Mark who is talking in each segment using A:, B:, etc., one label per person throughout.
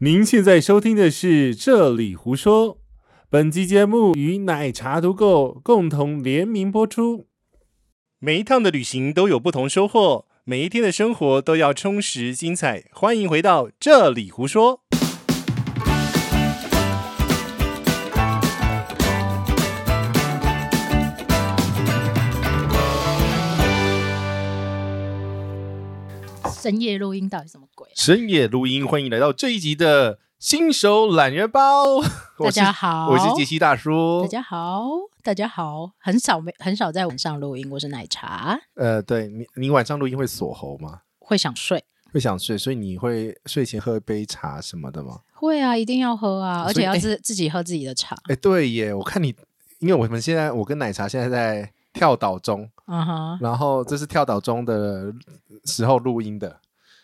A: 您现在收听的是《这里胡说》，本期节目与奶茶独购共同联名播出。每一趟的旅行都有不同收获，每一天的生活都要充实精彩。欢迎回到《这里胡说》。
B: 深夜录音到底什么鬼、啊？
C: 深夜录音，欢迎来到这一集的新手懒人包。
B: 大
C: 我是
B: 家好，
C: 我是杰西大叔。
B: 大家好，大家好，很少没很少在晚上录音，我是奶茶，
C: 呃，对你，你晚上录音会锁喉吗？
B: 会想睡。
C: 会想睡，所以你会睡前喝一杯茶什么的吗？
B: 会啊，一定要 喝啊，而
C: 所
B: 且
C: 以
B: 要
C: 哎
B: 自、自己喝自己的茶。
C: 哎，对耶，我看你，因为我们现在我跟奶茶现在在跳岛中，
B: 嗯哼，
C: 然后这是跳岛中的时候录音的，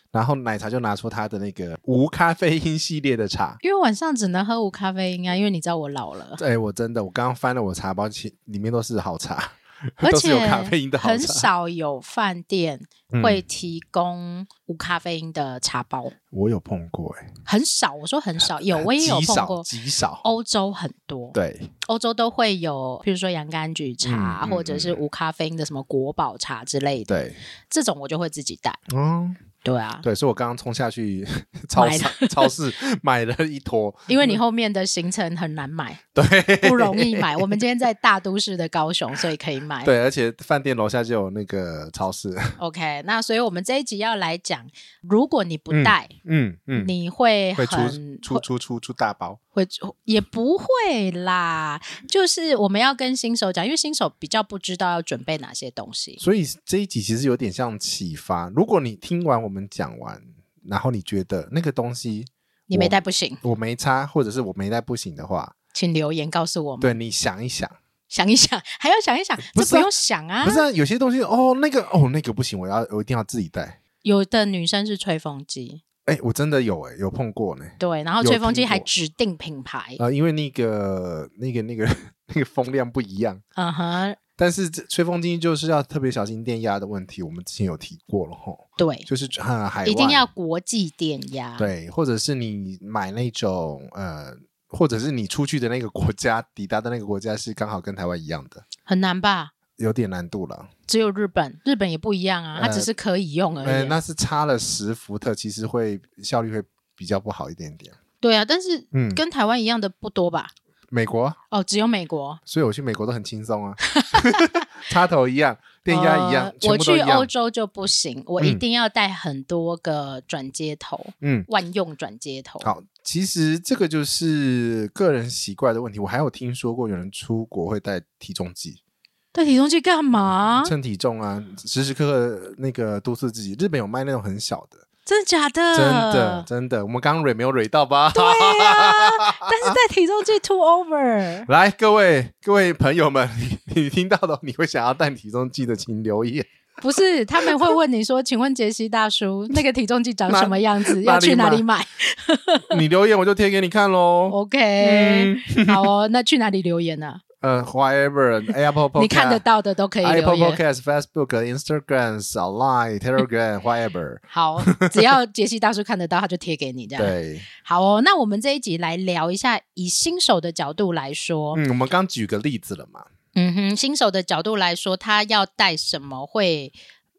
C: 然后奶茶就拿出他的那个无咖啡因系列的茶。
B: 因为晚上只能喝无咖啡因啊，因为你知道我老 了，
C: 哎，我真的，我刚刚翻了我茶包，其里面都是好茶，
B: 而
C: 都是有
B: 且
C: 咖啡因的好茶。
B: 很少有饭店
C: 嗯
B: 会提供无咖啡因的茶包，
C: 我有碰过，哎，
B: 很少。我说很少，有我也有
C: 极
B: 碰
C: 少
B: 过。哦
C: 极少。
B: 欧洲很多，
C: 对，
B: 欧洲都会有，譬如说洋甘菊茶，
C: 嗯嗯
B: 或者是无咖啡因的什么国宝茶之类的，
C: 对，
B: 这种我就会自己带。
C: 嗯，
B: 对啊，
C: 对，所以我刚刚冲下去 超
B: 买
C: 市超市买了一坨，
B: 因为你后面的行程很难买，
C: 对
B: 不容易买。我们今天在大都市的高雄，所以可以买。
C: 对，而且饭店楼下就有那个超市，
B: OK，那所以我们这一集要来讲，如果你不
C: 嗯
B: 带，
C: 嗯嗯，
B: 你会
C: 会
B: 很
C: 出出出出出大包，
B: 会也不会啦，就是我们要跟新手讲，因为新手比较不知道要准备哪些东西。
C: 所以这一集其实有点像启发。如果你听完我们讲完，然后你觉得那个东西
B: 你没
C: 我
B: 带不行，
C: 我没差，或者是我没带不行的话，
B: 请留言告诉我们。
C: 对你想一想，
B: 想一想， 还要想一想，
C: 不
B: 这
C: 是
B: 不
C: 啊
B: 用想啊
C: 不。是、啊、有些东西哦，那个哦那个不行，我要我一定要自己带。
B: 有的女生是吹风机，
C: 哎，我真的有哎，有碰过呢。
B: 对，然后
C: 有
B: 吹风机
C: 听
B: 还
C: 过
B: 指定品牌，
C: 啊，因为那个、那个、那个、那个风量不一样，
B: 嗯哼，
C: 但是这吹风机就是要特别小心电压的问题，我们之前有提过了吼，
B: 对，
C: 就是啊、海外
B: 一定要国际电压，
C: 对，或者是你买那种呃，或者是你出去的那个国家抵达的那个国家是刚好跟台湾一样的，
B: 很难吧？
C: 有点难度了。
B: 只有日本，日本也不一样啊，它
C: 呃
B: 只是可以用而
C: 呃，
B: 已啊、
C: 那是差了十伏特，其实会效率会比较不好一点点。
B: 对啊，但是
C: 嗯，
B: 跟台湾一样的不多吧？
C: 美国啊，
B: 哦，只有美国
C: 所以我去美国都很轻 松啊，插头一样，电压一样，
B: 呃
C: 全
B: 我
C: 部都
B: 去
C: 一
B: 欧
C: 样。
B: 洲就不行，我一
C: 嗯
B: 定要带很多个转接头，
C: 嗯，
B: 万用转接头。
C: 好，其实这个就是个人习惯的问题。我还有听说过有人出国会带体重计，
B: 带体重机干嘛？
C: 称体重啊，时时刻刻那个督促自己。日本有卖那种很小的，
B: 真的假的？
C: 真的真的，我们刚刚蕊没有蕊到吧？
B: 嗯对呀、但是带体重机 too over。
C: 来，各位各位朋友们， 你你听到的，你会想要带体重计的，请留 言。
B: 不是，他们会问你说：“请问杰西大 叔，那个体重计长
C: 哪
B: 什么样子？
C: 哪
B: 要
C: 里
B: 去哪
C: 买
B: 里买
C: 你留言我就贴给你看喽。
B: ？”OK，、好哦，那去哪里留言呢、啊
C: 呃，whatever，Apple Podcast，
B: 你看得到的都可以留
C: Apple
B: 言。
C: Podcast、Facebook、Instagram、Line、Telegram、whatever，
B: 好，只要杰西大叔看得到，他就贴给你 这样。
C: 对。
B: 好哦，那我们这一集来聊一下，以新手的角度来说，
C: 嗯，我们刚举个例子了嘛，
B: 嗯哼，新手的角度来说，他要带什么会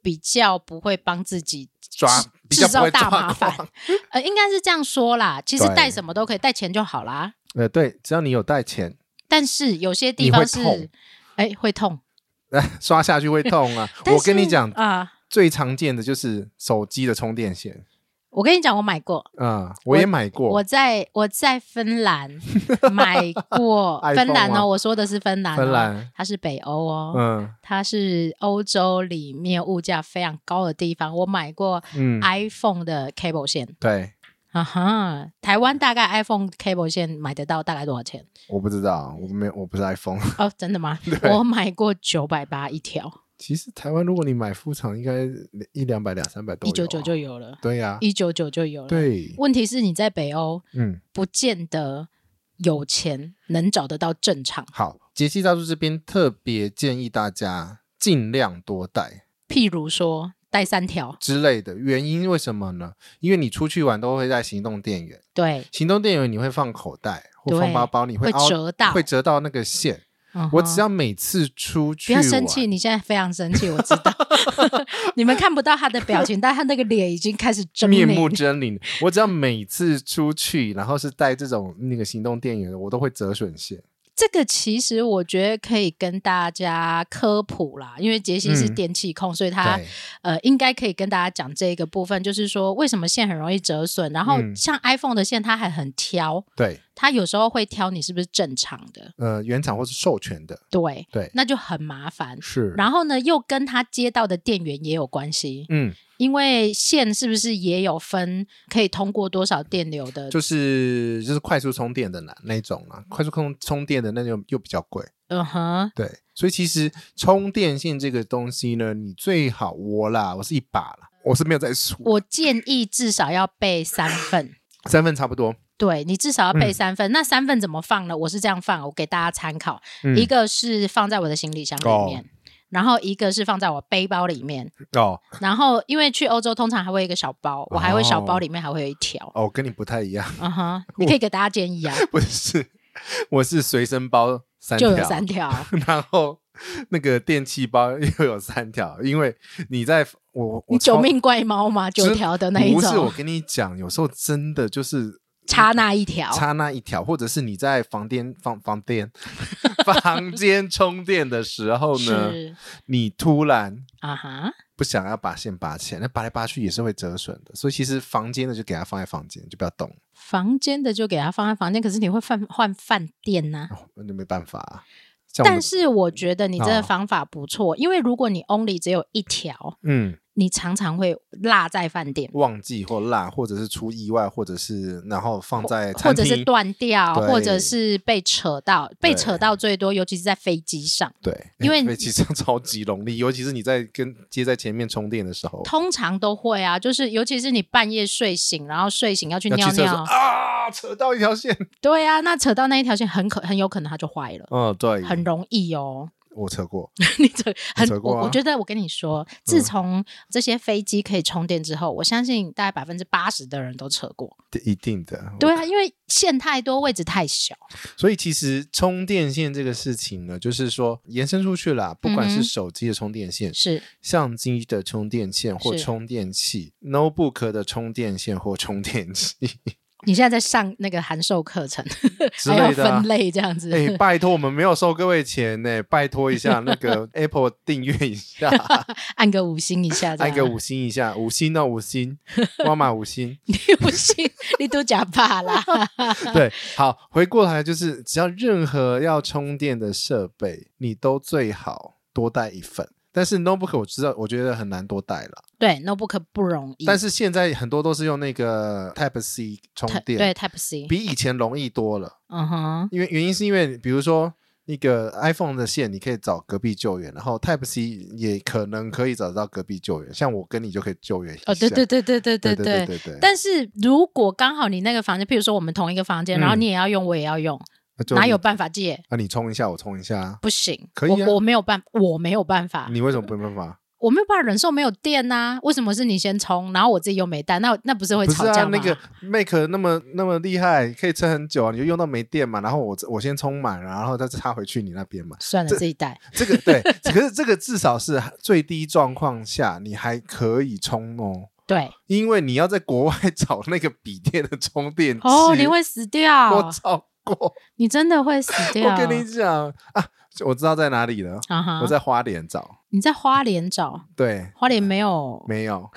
B: 比较不会帮自己
C: 抓
B: 制
C: 比较不
B: 制造
C: 会
B: 大
C: 抓
B: 麻烦
C: 狂。
B: 呃，应该是这样说啦，其实
C: 对
B: 带什么都可以，带钱就好啦。
C: 呃，对，只要你有带钱，
B: 但是有些地方
C: 你会痛
B: 是，哎，会痛。
C: 哎，刷下去会痛啊
B: 。但
C: 我跟你
B: 是
C: 讲，
B: 啊、
C: 最常见的就是手机的充电线
B: 我跟你讲，我买过，
C: 啊、我也买过，
B: 我在我在 芬兰买过
C: iPhone
B: 芬兰
C: 吗
B: 哦，我说的是芬兰、哦，
C: 芬兰，
B: 它是北欧哦，
C: 嗯
B: 它是欧洲里面物价非常高的地方。我买过
C: 嗯，
B: iPhone 的 cable 线，
C: 对，
B: 啊哈，台湾大概 iPhone cable 线买得到大概多少钱？
C: 我不知道，我没有，我不是 iPhone。
B: 哦，真的吗？
C: 对
B: 我买过九百八一条，
C: 其实台湾如果你买副厂，应该一两百、两三百都
B: 一
C: 有、啊
B: 九九就，有了，
C: 对呀、
B: 一九九就有了。，
C: 对，
B: 问题是你在北欧
C: 嗯，
B: 不见得有钱能找得到正厂，
C: 好，杰西大叔这边特别建议大家尽量多带，
B: 譬如说带三条，
C: 之类的。原因为什么呢？因为你出去玩都会带行动电源，
B: 对，
C: 行动电源你会放口袋或
B: 对
C: 放包包，你会
B: 会
C: 凹
B: 折到
C: 会折到那个线。
B: 嗯哼
C: 我只要每次出去
B: 不要生气，
C: 玩
B: 你现在非常生气，我知道。 你们看不到他的表情，但他那个脸已经开始狰
C: 面目
B: 狞。
C: 狰狞。我只要每次出去，然后是带这种那个行动电源的，我都会折损线。
B: 这个其实我觉得可以跟大家科普啦，因为杰西是
C: 嗯
B: 电器控，所以他
C: 对，
B: 呃应该可以跟大家讲这个部分，就是说为什么线很容易折损，然后
C: 嗯
B: 像 iPhone 的线它还很挑，
C: 对，
B: 它有时候会挑你是不是正常的，
C: 呃，原厂或是授权的，
B: 对，
C: 对，
B: 那就很麻烦。
C: 是。
B: 然后呢，又跟它接到的电源也有关系，
C: 嗯，
B: 因为线是不是也有分可以通过多少电流的？
C: 就是就是快速充电的那那一种啦，快速充充电的那就又比较贵，
B: 嗯哼，
C: 对，所以其实充电线这个东西呢，你最好我啦，我是一把啦，我是没有在数，
B: 我建议至少要备三份。
C: 三份差不多，
B: 对你至少要备
C: 嗯
B: 三份，那三份怎么放呢？我是这样放，我给大家参考。
C: 嗯
B: 一个是放在我的行李箱里面，然后一个是放在我背包里 面，
C: 哦
B: 然后因为去欧洲通常还会有一个小包，我还会小包里面还会有一条。
C: 哦，跟你不太一样，
B: 嗯哼，你可以给大家建议啊，
C: 不是，我是随身包三
B: 就
C: 条，
B: 有三条。
C: 然后那个电器包又有三条，因为你在我我
B: 你
C: 我
B: 九
C: 充
B: 命怪猫吗？九条的那一
C: 不是，我
B: 种，
C: 跟你讲，有时候真的就是
B: 差那一条。
C: 差那一条，或者是你在房间房房间 房间充电的时候呢，
B: 是
C: 你突然
B: 啊哈，
C: 不想要把线拔起来，那拔来拔去也是会折损的。所以其实房间的就给它放在房间，就不要动，
B: 房间的就给它放在房间，可是你会换换饭店呐、
C: 哦那、就没办法、啊。像我
B: 但
C: 们
B: 是我觉得你这个
C: 哦
B: 方法不错，因为如果你 only 只有一条，
C: 嗯，
B: 你常常会落在饭店。
C: 忘记或落，或者是出意外，或者是然后放在
B: 或
C: 餐
B: 者是
C: 厅，
B: 断掉，
C: 对
B: 或者是被扯到，被
C: 对
B: 扯到最多，尤其是在飞机上。
C: 对，
B: 因为
C: 飞机上 超级容易，尤其是你在跟接在前面充电的时候，
B: 通常都会啊，就是尤其是你半夜睡醒，然后睡醒要去
C: 要去
B: 尿
C: 厕所
B: 尿，
C: 啊，扯到一条线，
B: 对啊，那扯到那一条线，很可很有可能它就坏了，
C: 嗯，对，
B: 很容易哦。
C: 我扯过，
B: 你扯很
C: 扯过啊嗯
B: 我，我觉得我跟你说，自从这些飞机可以充电之后，我相信大概百分之八十的人都扯过。
C: 一定的，
B: 对啊，因为线太多，位置太小。
C: 所以其实充电线这个事情呢，就是说延伸出去啦，不管
B: 嗯哼
C: 是手机的充电线、
B: 是
C: 相机的充电线或
B: 是
C: 充电器、notebook 的充电线或充电器
B: 你现在在上那个函授课程，
C: 之
B: 还要
C: 类的、啊
B: 分。类这样子。
C: 哎、 拜托，我们没有收各位钱呢、拜托一下，那 个 Apple 订阅一下，
B: 按个五星一下，这
C: 按
B: 样
C: 个 五星一下，五星哦，五星，妈妈五星。
B: 你五星，你都假 怕啦。
C: 对，好，回过头来就是，只要任何要充电的设备，你都最好多带一份。但是 notebook 我知道，我觉得很难多带了。
B: 对，notebook 不容易，
C: 但是现在很多都是用那个 Type C 充
B: Ty-
C: 电，
B: 对 Type C，
C: 比以前容易多了。
B: 嗯哼，
C: 因为原因是因为，比如说那个 iPhone 的线，你可以找隔壁救援，然后 Type C 也可能可以找到隔壁救援。像我跟你就可以救援一下。
B: 哦，对对对对对
C: 对
B: 对
C: 对
B: 对。
C: 对对，
B: 但是如果刚好你那个房间，譬如说我们同一个房间，
C: 嗯
B: 然后你也要用，我也要用，
C: 那就
B: 哪有
C: 你
B: 办法借？
C: 啊？你充一下，我充一下。
B: 不行，
C: 可以啊
B: 我我没有办，我没有办法，
C: 你为什么没办法？
B: 我没有办法忍受没有电呐、为什么是你先充，然后我自己又没带，那那不是会
C: 不是
B: 吵架
C: 啊，
B: 吗？
C: 那个 Make 那么那么厉害，可以撑很久啊，你就用到没电嘛，然后我我先充满，然后再插回去你那边嘛。
B: 算了，
C: 这
B: 自己带。
C: 这个对，可是这个至少是最低状况下你还可以充哦，
B: 对，
C: 因为你要在国外找那个笔电的充电器。
B: 哦，你会死掉
C: 我，找过，
B: 你真的会死掉。
C: 我跟你讲啊，我知道在哪里了，
B: 啊哈，
C: 我在花莲找，
B: 你在花莲找，
C: 对。
B: 花莲没有
C: 没有，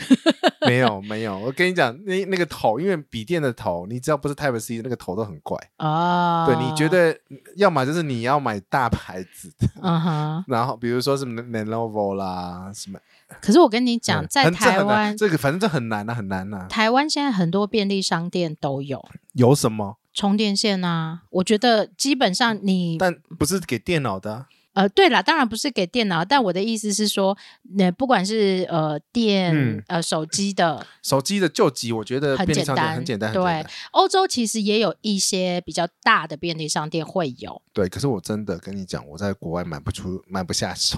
C: 没有，没有。我跟你讲，那那个头，因为笔电的头，你只要不是 Type C，那个头都很怪。
B: 啊？
C: 对，你觉？得要么就是你要买大牌子的，
B: 嗯哼。
C: 然后比如说什么 Lenovo 啦，什么
B: 可是我跟你讲，
C: 嗯
B: 在
C: 很这
B: 台
C: 很难
B: 湾，
C: 这个反正这很难啊，很难啊。
B: 台湾现在很多便利商店都有
C: 有什么？
B: 充电线啊。我觉得基本上你
C: 但不是给电脑的啊、
B: 呃，对啦，当然不是给电脑，但我的意思是说，呃，不管是呃电、
C: 嗯
B: 呃手机的，
C: 手机的救急，我觉得
B: 很
C: 便利
B: 简
C: 商店
B: 单
C: 很简单，很
B: 对
C: 简单
B: 欧洲其实也有一些比较大的便利商店会有。
C: 对。可是我真的跟你讲，我在国外买不出，买不下手。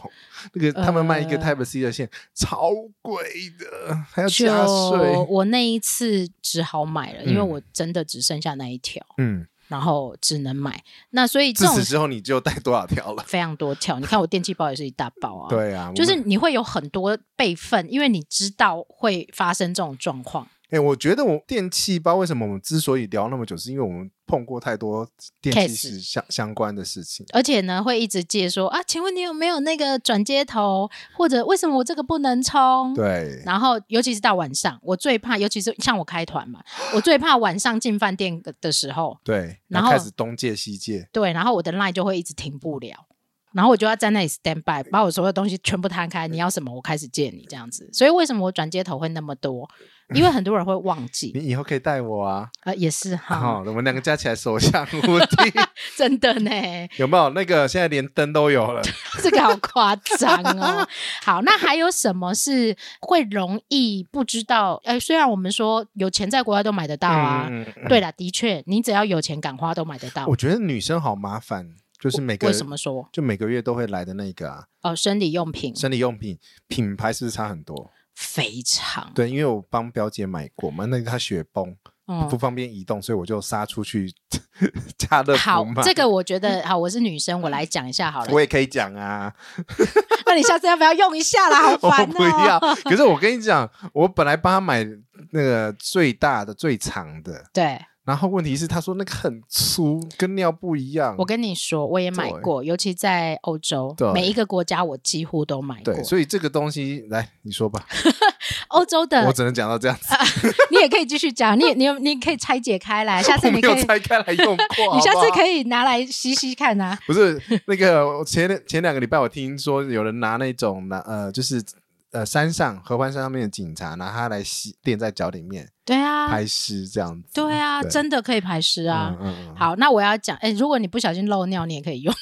C: 那个他们卖一个
B: 呃
C: Type C 的线，超贵的，还要
B: 就
C: 加税。
B: 我那一次只好买了，因为
C: 嗯
B: 我真的只剩下那一条，
C: 嗯，
B: 然后只能买。那所以
C: 自
B: 这种
C: 此之后你就带多少条 了？
B: 非常多条，你看我电器包也是一大包啊。
C: 对啊，
B: 就是
C: 我们
B: 你会有很多备份，因为你知道会发生这种状况。
C: 哎，我觉得我电器包为什么我们之所以聊那么久，是因为我们碰过太多电器
B: Case
C: 是相相关的事情。
B: 而且呢，会一直借说啊，请问你有没有那个转接头，或者为什么我这个不能充？
C: 对，
B: 然后，尤其是到晚上，我最怕，尤其是像我开团嘛，我最怕晚上进饭店的时候，
C: 对，
B: 然
C: 然
B: 后
C: 后开始东借西借，
B: 对，然后我的 line 就会一直停不了，然后我就要在那里 stand by，把我所有东西全部摊开，你要什么我开始借你这样子。所以为什么我转接头会那么多？因为很多人会忘记，
C: 你以后可以带我啊。
B: 呃，也是哈，
C: 好，我们两个加起来手相无 敌，
B: 真的呢，
C: 有没有？那个现在连灯都有了。
B: 这个好夸张哦。好，那还有什么是会容易不知道？呃，虽然我们说有钱在国外都买得到啊，
C: 嗯嗯嗯
B: 对啦，的确，你只要有钱敢花都买得到。
C: 我觉得女生好麻烦，就是每个
B: 为什么说
C: 就每个月都会来的那个啊，
B: 哦？生理用品
C: 生理用品品牌是不是差很多？
B: 非常，
C: 对，因为我帮表姐买过嘛，那个她雪崩不
B: 嗯，
C: 方便移动，所以我就杀出去 家乐福
B: 好，
C: 买。
B: 这个我 觉得好，我是女生，我来讲一下好了
C: 我。也可以讲啊，
B: 那你下次要不要用一下啦？好
C: 我
B: 烦
C: 不要
B: 哦。。
C: 可是我跟你讲，我本来帮她买那个最大的、最长的，
B: 对，
C: 然后问题是她说那个很粗，跟尿布一样。
B: 我跟你说，我也买
C: 对
B: 过，尤其在欧洲
C: 对，
B: 每一个国家我几乎都买过
C: 对，。所以这个东西，来你说吧，
B: 欧洲
C: 我
B: 的，
C: 只能讲到这样子。
B: 啊你也可以继续讲， 你你你可以拆解开来，下次
C: 我没
B: 你可
C: 有
B: 以，
C: 拆开来用过，
B: 你下次
C: 以。
B: 可以拿来吸吸看啊。
C: 不是那个，我前前两个礼拜我听说有人拿那种拿呃，就是呃山上合欢山上面的警察拿它来吸垫在脚里面
B: 对啊，
C: 拍尸这样子。
B: 对啊，
C: 对
B: 真的可以排湿啊。
C: 嗯嗯嗯，
B: 好，那我要讲，哎、如果你不小心漏尿，你也可 以用。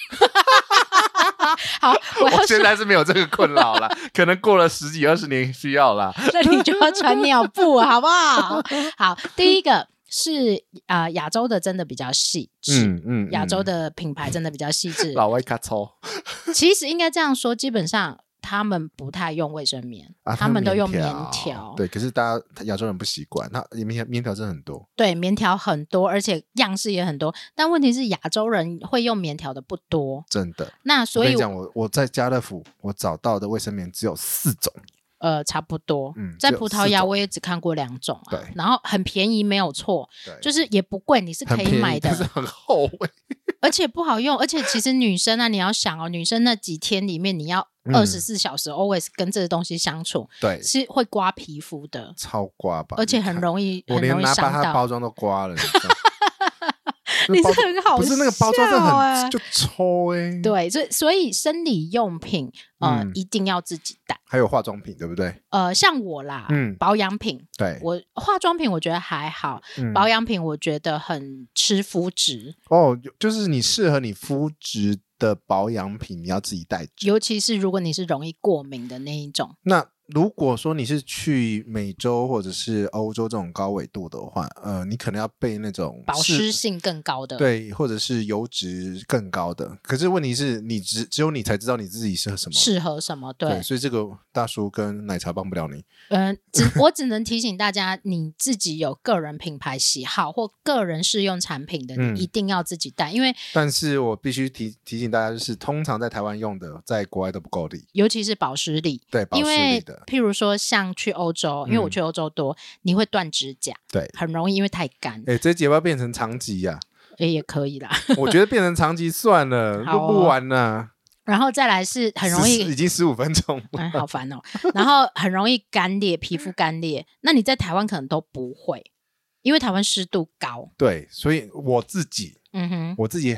B: 好，我要
C: 我现
B: 说，
C: 在是没有这个困扰 了，可能过了十几二十年需要啦。
B: 那你就要穿尿布，好不好？好，第一个是啊，亚、洲的真的比较细致。
C: 嗯嗯，
B: 亚
C: 嗯
B: 洲的品牌真的比较细致，
C: 老外卡抽
B: 其实应该这样说，基本上他们不太用卫生棉，
C: 啊，
B: 他们都用棉条
C: 条。，对，可是大家亚洲人不习惯，那呃棉条棉条真的很多。
B: 对，棉条很多，而且样式也很多。但问题是，亚洲人会用棉条的不多，
C: 真的，
B: 那
C: 我
B: 所
C: 跟
B: 以
C: 你讲，我我在家乐福我找到的卫生棉只有四种，
B: 呃，差不多。
C: 嗯
B: 在
C: 只有
B: 葡萄
C: 四
B: 牙
C: 种
B: 我也只看过两种、啊，
C: 对
B: 然后很便宜，没有错，
C: 对，
B: 就是也不贵，你是
C: 很
B: 可
C: 便
B: 以
C: 宜
B: 买
C: 但是
B: 的，
C: 很厚味。
B: 而且不好用，而且其实女生啊，你要想哦，女生那几天里面你要
C: 嗯
B: 二十四小时 always 跟这个东西相处，
C: 对，
B: 是会刮皮肤的，
C: 超刮吧，
B: 而且
C: 你看
B: 很容易
C: 我
B: 很
C: 连
B: 容易
C: 拿把
B: 伤
C: 它的
B: 到。
C: 包装都刮了。你知 道吗那
B: 你是
C: 包装
B: 很好、欸
C: 不
B: 笑
C: 是那个包装真的
B: 欸
C: 很就抽哎，，
B: 对，所以所以生理用品呃、
C: 嗯
B: 一定要自己带，
C: 还有化妆品对不对？
B: 呃像我啦，
C: 嗯
B: 保养品。
C: 对，
B: 我化妆品我觉得还好，
C: 嗯
B: 保养品我觉得很吃肤质，
C: 哦，就是你适合你肤质的保养品，你要自己带着。
B: 尤其是如果你是容易过敏的那一种，
C: 那如果说你是去美洲或者是欧洲这种高纬度的话，呃，你可能要备那种
B: 保
C: 是
B: 湿性更高的。，
C: 对，或者是油脂更高的。可是问题是你只只有你才知道你自己适合什么。
B: 适合什么？对，
C: 对，所以这个大叔跟奶茶帮不了你。
B: 嗯、只我只能提醒大家，你自己有个人品牌喜好或个人试用产品的，
C: 嗯
B: 你一定要自己带，因为
C: 但是我必须提提醒大家，就是通常在台湾用的，在国外都不够力，
B: 尤其是保湿力。
C: 对，保
B: 因
C: 湿力
B: 为
C: 的，嗯
B: 譬如说像去欧洲，因为我去欧洲多，你会断指甲，
C: 对。
B: 很容易因为太干，
C: 哎、这节要不要变成长集呀、
B: 也也可以啦。
C: 我觉得变成长集算了，
B: 好
C: 录、
B: 哦
C: 不完呢、
B: 然后再来是很容
C: 14已
B: 易。
C: 经十五分钟了。
B: 哎，好烦哦！然后很容易干裂，皮肤干裂。那你在台湾可能都不会，因为台湾湿度高。
C: 对，所以我自己
B: 嗯哼，
C: 我自己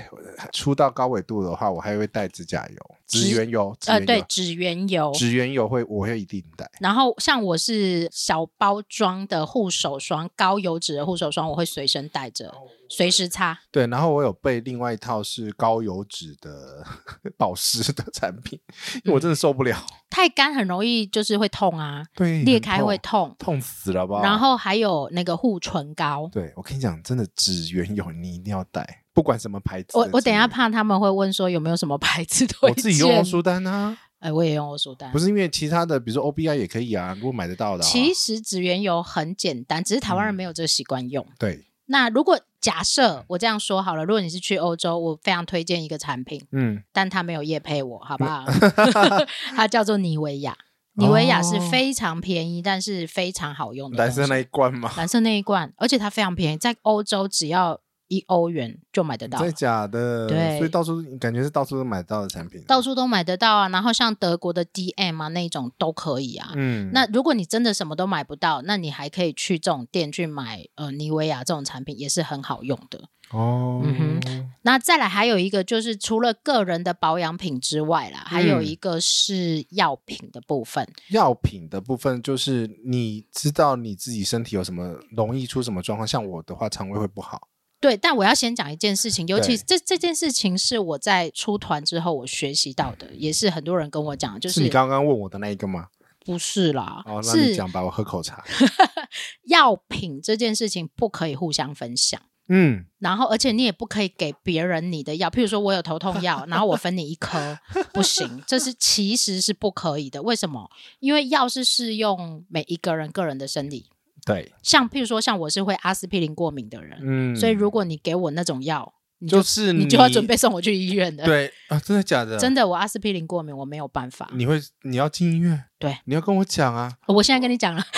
C: 出到高纬度的话，我还会带指甲油，纸原油，纸
B: 呃，
C: 原
B: 对
C: 油，
B: 纸原油。
C: 纸原油会我会一定带。
B: 然后像我是小包装的护手霜，高油脂的护手霜，我会随身带着，
C: 哦
B: 随时擦。
C: 对，然后我有备另外一套是高油脂的 保湿的产品，因为
B: 嗯
C: 我真的受不了，
B: 太干很容易就是会痛啊，
C: 对，
B: 裂
C: 嗯很
B: 开会痛。
C: 痛痛死了吧？
B: 然后还有那个护唇膏，
C: 对我跟你讲，真的纸原油你一定要带，不管什么牌子的纸
B: 我
C: 原油。
B: 我等一下怕他们会问说有没有什么牌子推
C: 我
B: 荐。
C: 自己用欧舒丹啊，
B: 哎，我也用欧舒丹
C: 不。是因为其他的，比如说 O B I 也可以啊，如果买得到的、啊。
B: 其实植原油很简单，只是台湾人
C: 嗯
B: 没有这个习惯用。
C: 对，
B: 那如果假设我这样说好了，如果你是去欧洲，我非常推荐一个产品，
C: 嗯，
B: 但它没有业配我，好不好？ 它叫做妮维雅，妮维雅是非常便宜，但是非常好用的东
C: 哦蓝
B: 西。
C: 色那一罐 吗？
B: 蓝色那一罐，而且它非常便宜，在欧洲只要一欧元就买得到
C: 真，的假的？
B: 对
C: 所以到处感觉是到处都买得到的产品。
B: 到处都买得到啊。然后像德国的 DM 啊那一种都可以啊。
C: 嗯，
B: 那如果你真的什么都买不到，那你还可以去这种店去买呃妮维雅这种产品，也是很好用的。
C: 哦，
B: 嗯那再来还有一个就是除了个人的保养品之外啦，还
C: 嗯
B: 有一个是药品的部分。
C: 药品的部分就是你知道你自己身体有什么容易出什么状况，像我的话肠胃会不好。
B: 对，但我要先讲一件事情，尤其
C: 对
B: 这这件事情是我在出团之后我学习到的，也是很多人跟我讲的，就是
C: 你刚刚问我的那一个吗？
B: 不是啦，
C: 哦，那你
B: 是
C: 讲吧，我喝口茶。
B: 药品这件事情不可以互相分享。
C: 嗯，
B: 然后，而且你也不可以给别人你的药，譬如说我有头痛药，然后我分你一颗，不行，这是其实是不可以的。为什么？因为药是适用每一个人个人的生理，
C: 对，
B: 像譬如说像我是会阿司匹林过敏的人，
C: 嗯，
B: 所以如果你给我那种药，你就
C: 就是
B: 你就要准备送我去医院的。
C: 对啊，真的假的？嗯
B: 真的，我阿司匹林过敏，我没有办法。
C: 你会你要进医院？
B: 对，
C: 你要跟我讲啊。
B: 我现在跟你讲了，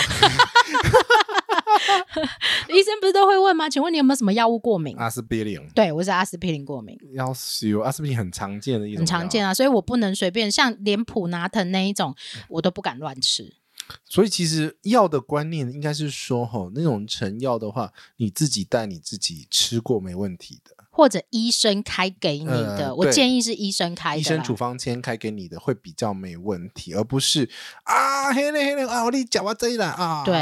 B: 医生不是都会问吗？请问你有没有什么药物过敏？
C: 阿司匹林，
B: 对我是阿司匹林过敏，
C: 要啊死哟！阿司匹林很常见的一种，
B: 很常见
C: 啊。
B: 啊，所以我不能随便像脸谱拿疼那一种，
C: 嗯
B: 我都不敢乱吃。
C: 所以其实药的观念应该是说，吼，那种成药的话，你自己带你自己吃过没问题的，
B: 或者医生开给你的，
C: 呃
B: 我
C: 对
B: 建议是医生开的啦。
C: 医生处方签开给你的会比较没问题，而不是啊黑嘞黑嘞啊，我你讲我这啦啊，
B: 对，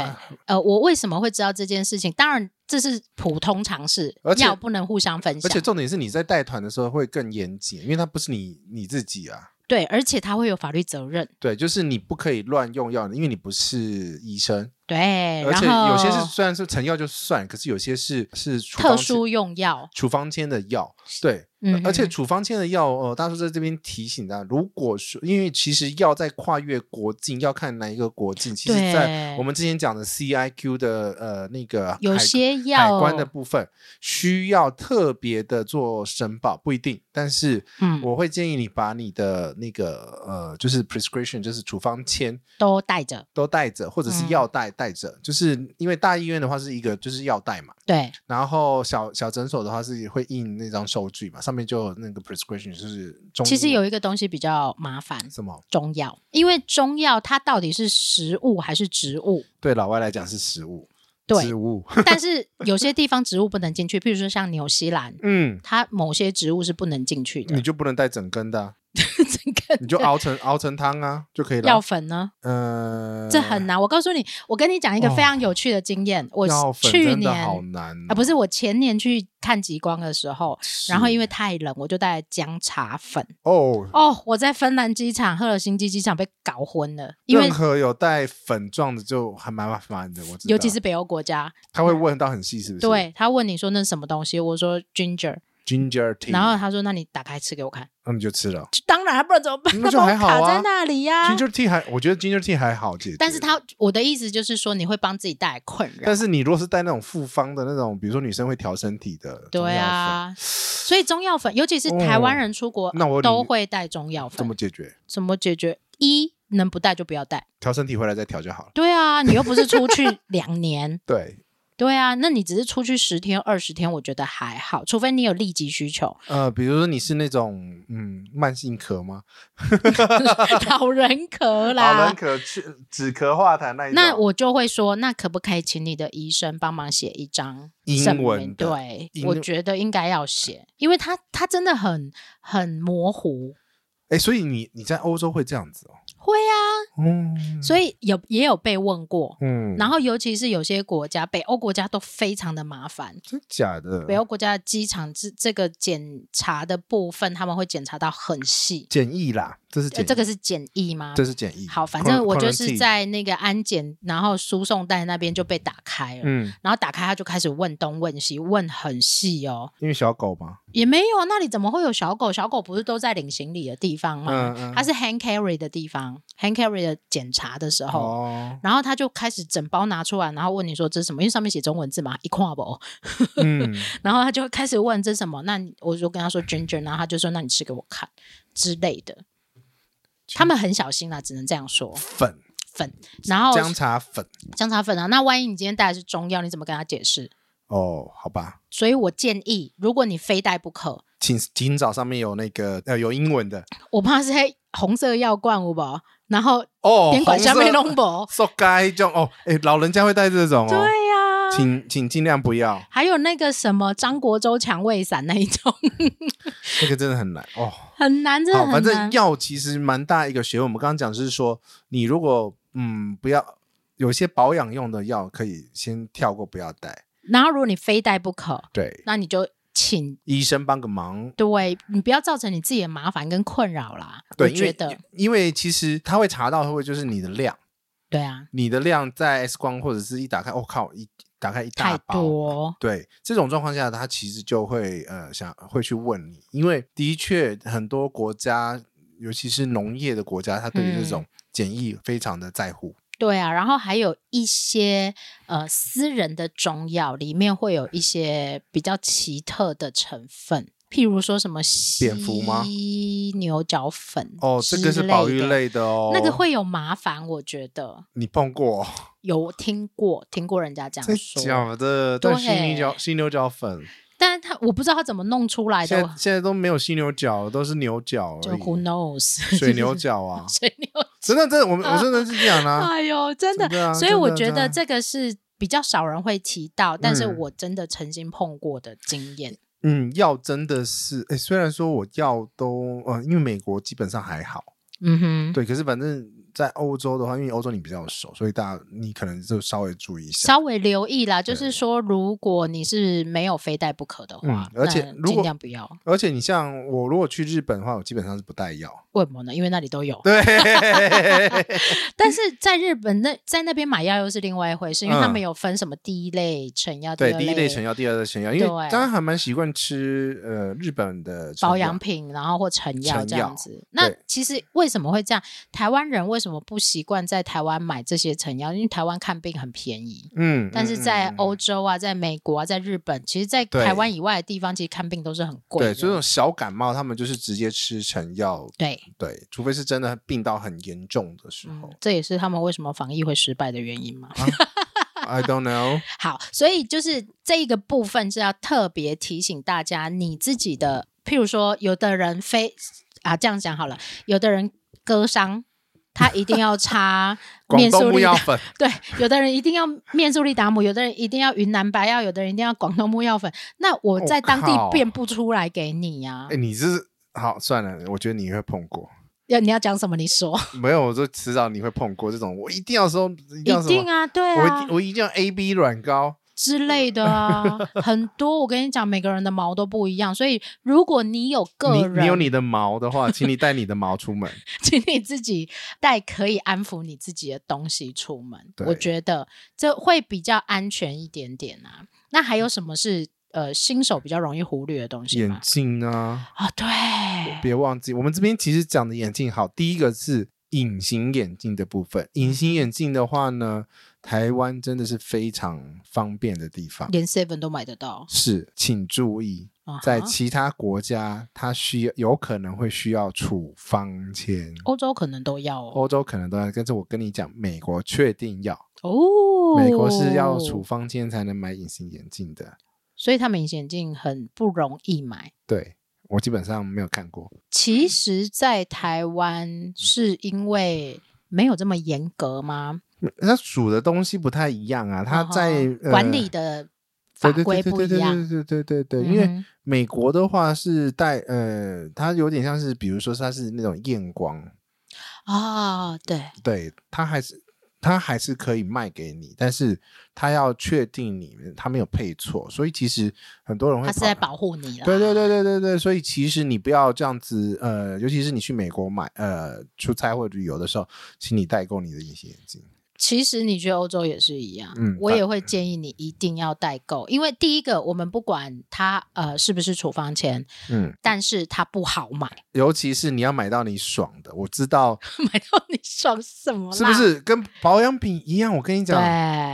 B: 呃，我为什么会知道这件事情？当然，这是普通常识
C: 而，且
B: 药不能互相分
C: 而且
B: 享。
C: 重点是你在带团的时候会更严谨，因为它不是你你自己啊。
B: 对，而且他会有法律责任。
C: 对，就是你不可以乱用药，因为你不是医生，
B: 对，
C: 而且
B: 然后
C: 有些是虽然是成药就算，可是有些是是处方
B: 特
C: 签
B: 殊用药。
C: 处方签的药，对，
B: 嗯，
C: 而且处方签的药，呃，大叔在这边提醒大家，如果说，因为其实药在跨越国境，要看哪一个国境。其实，
B: 对
C: 在我们之前讲的 CIQ 的呃那个
B: 有
C: 海
B: 些
C: 海
B: 药
C: 关的部分，需要特别的做申报，不一定，但是
B: 嗯
C: 我会建议你把你的那个呃，就是 prescription，就是处方签，
B: 都带着，
C: 都带着，或者是
B: 嗯
C: 药袋带着，就是因为大医院的话是一个就是药袋嘛。
B: 对
C: 然后小小诊所的话是会印那张收据嘛，上面就有那个 prescription，就是中
B: 其实
C: 医
B: 有一个东西比较麻烦，
C: 什么？
B: 中药，因为中药它到底是食物还是植物？
C: 对老外来讲是食物，
B: 对
C: 植， 物，
B: 但是有些地方植物不能进去，譬如说像纽西兰，
C: 嗯，
B: 它某些植物是不能进去
C: 你
B: 的。
C: 就不能带整根的啊、
B: 整个
C: 你就熬成熬成汤啊就可以
B: 药
C: 了。
B: 粉呢？
C: 呃，
B: 这很难。我告诉你，我跟你讲一个非常有趣的经验。
C: 哦药
B: 我
C: 粉
B: 去
C: 真
B: 年
C: 的好
B: 啊，
C: 难哦、
B: 不是我前年去看极光的时候，
C: 是，
B: 然后因为太冷，我就带了姜茶粉。
C: 哦，
B: 哦，我在芬兰机场、赫尔辛基机场被搞昏了，因为
C: 任何有带粉状的就还蛮麻烦的，我知道。
B: 尤其是北欧国家，
C: 他会问到很细，是不是？
B: 对他问你说那是什么东西，我说 ginger，
C: ，ginger tea，
B: 然后他说那你打开吃给我看，
C: 那你就吃了。
B: 就当然不然怎么办？
C: 那就
B: 它
C: 还好啊
B: 卡在那里呀、
C: ginger tea 还，我觉得 ginger tea 还好解决。
B: 但是他我的意思就是说，你会帮自己带来困扰
C: 但。是你如果是带那种复方的那种，比如说女生会调身体的，
B: 对啊，所以中药粉，尤其是台湾人出国，
C: 哦那我有
B: 都
C: 理
B: 会带中
C: 中
B: 药
C: 药粉，怎
B: 粉
C: 么。解决？
B: 怎么解决？一能不带就不要带。
C: 调身体回来再调就好了。
B: 对啊，你又不是出去 两年。
C: 对，
B: 对啊，那你只是出去十天、二十天，我觉得还好，除非你有立即需 求。
C: 呃，比如说你是那种嗯慢性咳吗？
B: 老人咳
C: 老人
B: 啦，
C: 咳去止咳化痰那一种。
B: 那我就会说，那可不可以请你的医生帮忙写一张
C: 英
B: 证
C: 文
B: 明
C: 的
B: 对
C: 英，
B: 我觉得应该要写，因为他他真的很很模糊。
C: 哎，所以你你在欧洲会这样子哦？
B: 会啊，
C: 嗯，
B: 所以有也有被问过。
C: 嗯，
B: 然后，尤其是有些国家，北欧国家都非常的麻烦。
C: 真假的
B: 北欧国家的机场这这个检查的部分，他们会检查到很细。
C: 简易啦，这是
B: 呃
C: 简易
B: 这个是简易吗？
C: 这是简易。
B: 好，反正我就
C: Quarantine
B: 是在那个安检，然后输送带那边就被打开了。
C: 嗯，
B: 然后打开，他就开始问东问西，问很细哦，
C: 因为小狗嘛，
B: 也没有啊那里怎么会有小狗？小狗不是都在领行李的地方吗？
C: 嗯嗯，
B: 它是 hand carry 的地方，hand carry 的检查的时候，
C: 哦，
B: 然后他就开始整包拿出来，然后问你说这是什么？因为上面写中文字嘛，一跨不。
C: 嗯，
B: 然后他就开始问这是什么？那你我就跟他说 ginger，然后他就说那你吃给我看之类的。他们很小心啦，只能这样说
C: 粉
B: 粉。然后
C: 姜茶粉
B: 姜茶粉啊，那万一你今天带的是中药，你怎么跟他解释？
C: 哦，好吧，
B: 所以我建议，如果你非带不可，
C: 请请找上面有那个呃有英文的
B: 我怕是黑红色药罐，有不？然后
C: 哦，
B: 连管下 面弄不？
C: so 该种哦，哎，老人家会带这种
B: 对啊
C: 哦，
B: 呀、
C: 请请尽量不要，
B: 还有那个什么张国周强胃散那一种，
C: 这个真的很难哦。
B: 很难，真的
C: 好，
B: 很
C: 反
B: 难
C: 正。药其实蛮大一个学问。我们刚刚讲是说，你如果嗯不要有一些保养用的药，可以先跳过，不要带。
B: 然后如果你非带不可，
C: 对，
B: 那你就请
C: 医生帮个忙。
B: 对你不要造成你自己的麻烦跟困扰啦。我
C: 对，因
B: 觉
C: 为
B: 得
C: 因为其实他会查到，会就是你的量，
B: 对啊，
C: 你的量在 X 光或者是一打开，我、哦靠，一打开一大
B: 太
C: 包，
B: 多
C: 对这种状况下，他其实就会呃想会去问你，因为的确很多国家，尤其是农业的国家，他对于这
B: 嗯
C: 种检疫非常的在乎。
B: 对啊，然后还有一些呃私人的中药里面会有一些比较奇特的成分。譬如说什么
C: 蝙蝠吗
B: 犀牛角粉
C: 哦，这个
B: 之
C: 是保育
B: 的，
C: 类的哦，
B: 那个会有麻烦，我觉得
C: 你碰过、哦？
B: 有听过听过人家这
C: 真
B: 样说，
C: 假的？
B: 对
C: 但犀牛角犀牛角粉，
B: 但是他我不知道他怎么弄出来
C: 现在
B: 的，
C: 现在都没有犀牛角，都是牛角
B: 哎就
C: 而
B: Who
C: 已，
B: knows，
C: 水牛角啊
B: 水牛
C: 真的真的，我们我真的是这样 啊，
B: 哎呦，真的，
C: 真的啊
B: 所以我
C: 真的
B: 觉得
C: 真的
B: 这个是比较少人会提到，但是
C: 嗯
B: 我真的曾经碰过的经验。
C: 嗯，药真的是，哎，虽然说我药都呃，因为美国基本上还好。
B: 嗯哼，
C: 对，可是反正在欧洲的话，因为欧洲你比较熟，所以大家你可能就稍微注意一下。
B: 稍微留意啦，就是说，如果你是没有非带不可的话，
C: 嗯而且
B: 那
C: 如果
B: 尽量不要。
C: 而且你像我，如果去日本的话，我基本上是不带 药。
B: 为什么呢？因为那里都有。
C: 对，
B: 但是在日本那在那边买药又是另外一回事，因为
C: 嗯
B: 他们有分什么第一类成药，
C: 对，
B: 二
C: 第一类成药，第二类成药，因为
B: 对
C: 大家还蛮习惯吃呃日本的成
B: 保
C: 药
B: 养品，然后或成药
C: 成
B: 这
C: 药
B: 样子。那
C: 对
B: 其实为什么会这样？台湾人为什么不习惯在台湾买这些成药？因为台湾看病很便宜。
C: 嗯，
B: 但是
C: 嗯
B: 在
C: 嗯
B: 欧洲啊，在美国啊，在日本，其实，在
C: 对
B: 台湾以外的地方，其实看病都是很贵
C: 对，
B: 的。
C: 所以这种小感冒，他们就是直接吃成药，
B: 对，
C: 对，除非是真的病到很严重的时候啊
B: 嗯。，这也是他们为什么防疫会失败的原因嘛。
C: I don't know，
B: 好，所以就是这一个部分是要特别提醒大家，你自己的，譬如说，有的人非啊这样讲好了，有的人割伤，他一定要擦
C: 广
B: 面
C: 东
B: 速
C: 木
B: 力
C: 药
B: 达，
C: 粉，
B: 对，有的人一定要面速力达姆，有的人一定要云南白药，有的人一定要广东木药粉。那我
C: 我
B: 在当地
C: 哦靠
B: 变不出来给你呀、
C: 哎，你是好算了，我觉得你会碰过。
B: 要你要讲什么？你说
C: 没有，我就迟早你会碰过这种，我一定要说，一定要
B: 一
C: 什
B: 定
C: 么，
B: 啊，对
C: 我一
B: 啊
C: 定我一定要 A B 软膏，
B: 之类的啊，很多。我跟你讲，每个人的毛都不一样，所以如果你有个
C: 你
B: 人，
C: 你有你的毛的话，请你带你的毛出 门。
B: 请你自己带可以安抚你自己的东西出门，
C: 对
B: 我觉得这会比较安全一点点啊。那还有什么是呃新手比较容易忽略的东
C: 嗯
B: 西
C: 眼
B: 吗？
C: 镜啊，
B: 啊、对，
C: 别忘记，我们这边其实讲的眼镜好，第一个是隐形眼镜的部
B: 嗯
C: 分。隐形眼镜的话呢，台湾真的是非常方便的地方，
B: 连 Seven 都买得到，
C: 是，请注意。
B: 啊哈
C: 在其他国家，它需要有可能会需要处方签，
B: 欧洲可能都要哦。
C: 欧洲可能都要。但是我跟你讲，美国确定要，
B: 哦，
C: 美国是要处，方签才能买隐形眼镜的。
B: 所以他们隐形眼镜很不容易买。
C: 对我基本上没有看过，
B: 其实，在台湾是因为没有这么严格吗？
C: 它数的东西不太一样啊。它
B: 然后
C: 在、呃
B: 哦管理的法
C: 对对
B: 规
C: 对
B: 不
C: 对
B: 一
C: 对
B: 样。
C: 对对对对对，
B: 嗯
C: 因为
B: 哼
C: 美国的话是带呃，它有点像是，比如说它是那种验光，
B: 哦，对，
C: 对，它还是它还是可以卖给你，但是它要确定你它没有配错，所以其实很多人会
B: 他是
C: 跑
B: 在保护你啦。
C: 对对对对对对，所以其实你不要这样子，呃，尤其是你去美国买呃出差或旅游的时候，请你代购你的隐形眼镜。
B: 其实你去欧洲也是一样，
C: 嗯
B: 我也会建议你一定要代购，因为第一个，我们不管它呃是不是处方签，
C: 嗯，
B: 但是它不好买，
C: 尤其是你要买到你爽的，我知道
B: 买到你爽什么啦？
C: 是不？是跟保养品一样？我跟你讲，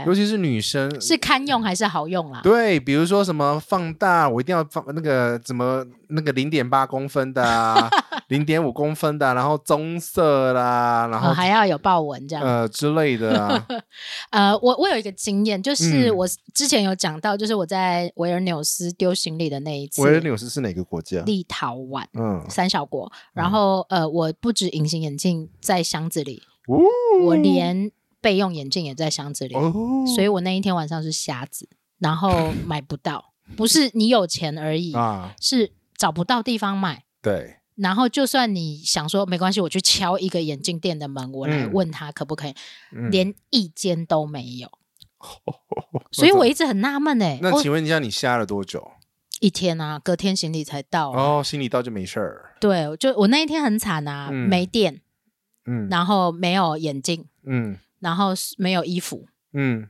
C: 尤
B: 对，
C: 其是女生
B: 是啊堪用还是好用啦？
C: 对，比如说什么放大，我一定要放那个怎么那个零点八公分的、 啊，零点五公分的啊、然后棕色啦，然
B: 呃
C: 后、
B: 还要有豹纹这样。
C: 呃之类的啊，
B: 呃，我我有一个经验，就是
C: 嗯
B: 我之前有讲到，就是我在维尔纽斯丢行李的那一次，
C: 维尔纽斯是哪个国家？
B: 立陶宛。
C: 嗯，
B: 三小国，然后、呃，我不止隐形眼镜在箱子里，
C: 哦
B: 我连备用眼镜也在箱子里，
C: 哦，
B: 所以我那一天晚上是瞎子，然 后买不到，不是你有钱而已，
C: 啊，
B: 是找不到地方买。
C: 对，
B: 然后就算你想说没关系，我去敲一个眼镜店的门，我来
C: 嗯
B: 问他可不可以，
C: 嗯
B: 连一间都没有。 所以我一直很纳闷哎、
C: 那
B: 我
C: 请问一下，你瞎了多久？
B: 一天啊，隔天行李才到、啊。
C: 哦，心里到就没事儿。
B: 对，就我那一天很惨啊，
C: 嗯
B: 没电，
C: 嗯
B: 然后没有眼镜，
C: 嗯
B: 然后是没有衣服，
C: 嗯，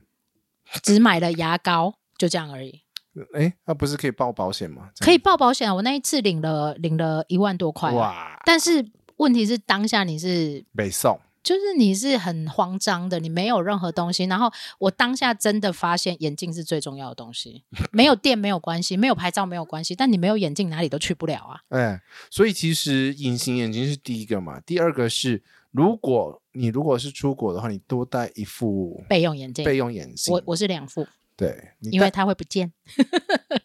B: 只买了牙膏，就这样 而已。
C: 哎，那不是可以报保险吗？这
B: 可
C: 样
B: 以报保险啊！我那一次领了领了一万多块、啊，
C: 哇，
B: 但是问题是当下你是
C: 北宋
B: 就是你是很慌张的，你没有任何东西。然后我当下真的发现眼镜是最重要的东 西，没有电没有关系，没有牌照没有关系，但你没有眼镜哪里都去不了啊。
C: 哎，所以其实隐形眼镜是第一个嘛，第二个是如果你如果是出国的话，你多带一副
B: 备用眼镜，
C: 备用眼镜
B: 我，我是两副，
C: 对，你
B: 因为
C: 带
B: 它会不见，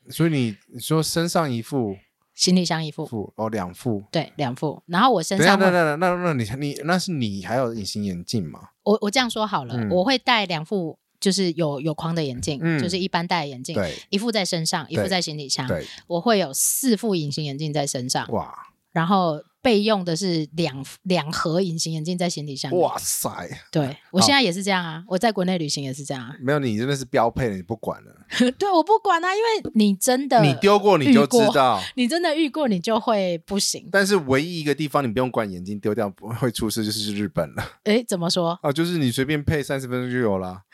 C: 所以你你说身上一副
B: 行李箱一 副，
C: 副哦两副，
B: 对，两副。然后我身
C: 等一下，
B: 上
C: 那
B: 会
C: 那那那那你你那是你还有隐形眼镜嘛？
B: 我我这样说好了，
C: 嗯
B: 我会戴两副，就是有有框的眼镜，
C: 嗯
B: 就是一般戴的眼镜，
C: 对
B: 一副在身上，一副
C: 对
B: 在行李箱。
C: 对，
B: 我会有四副隐形眼镜在身上，
C: 哇
B: 然后备用的是两两盒隐形眼镜在行李箱。
C: 哇！塞，
B: 对我现在也是这样啊，我在国内旅行也是这样啊。
C: 没有你真的是标配了，你不管了。
B: 对，我不管啊，因为你真的
C: 你丢过你就知道。
B: 你真的遇过，你就会不行。
C: 但是唯一一个地方你不用管眼镜丢掉不会出事，就是日本了
B: 诶，怎么说
C: 啊，就是你随便配三十分钟就有啦。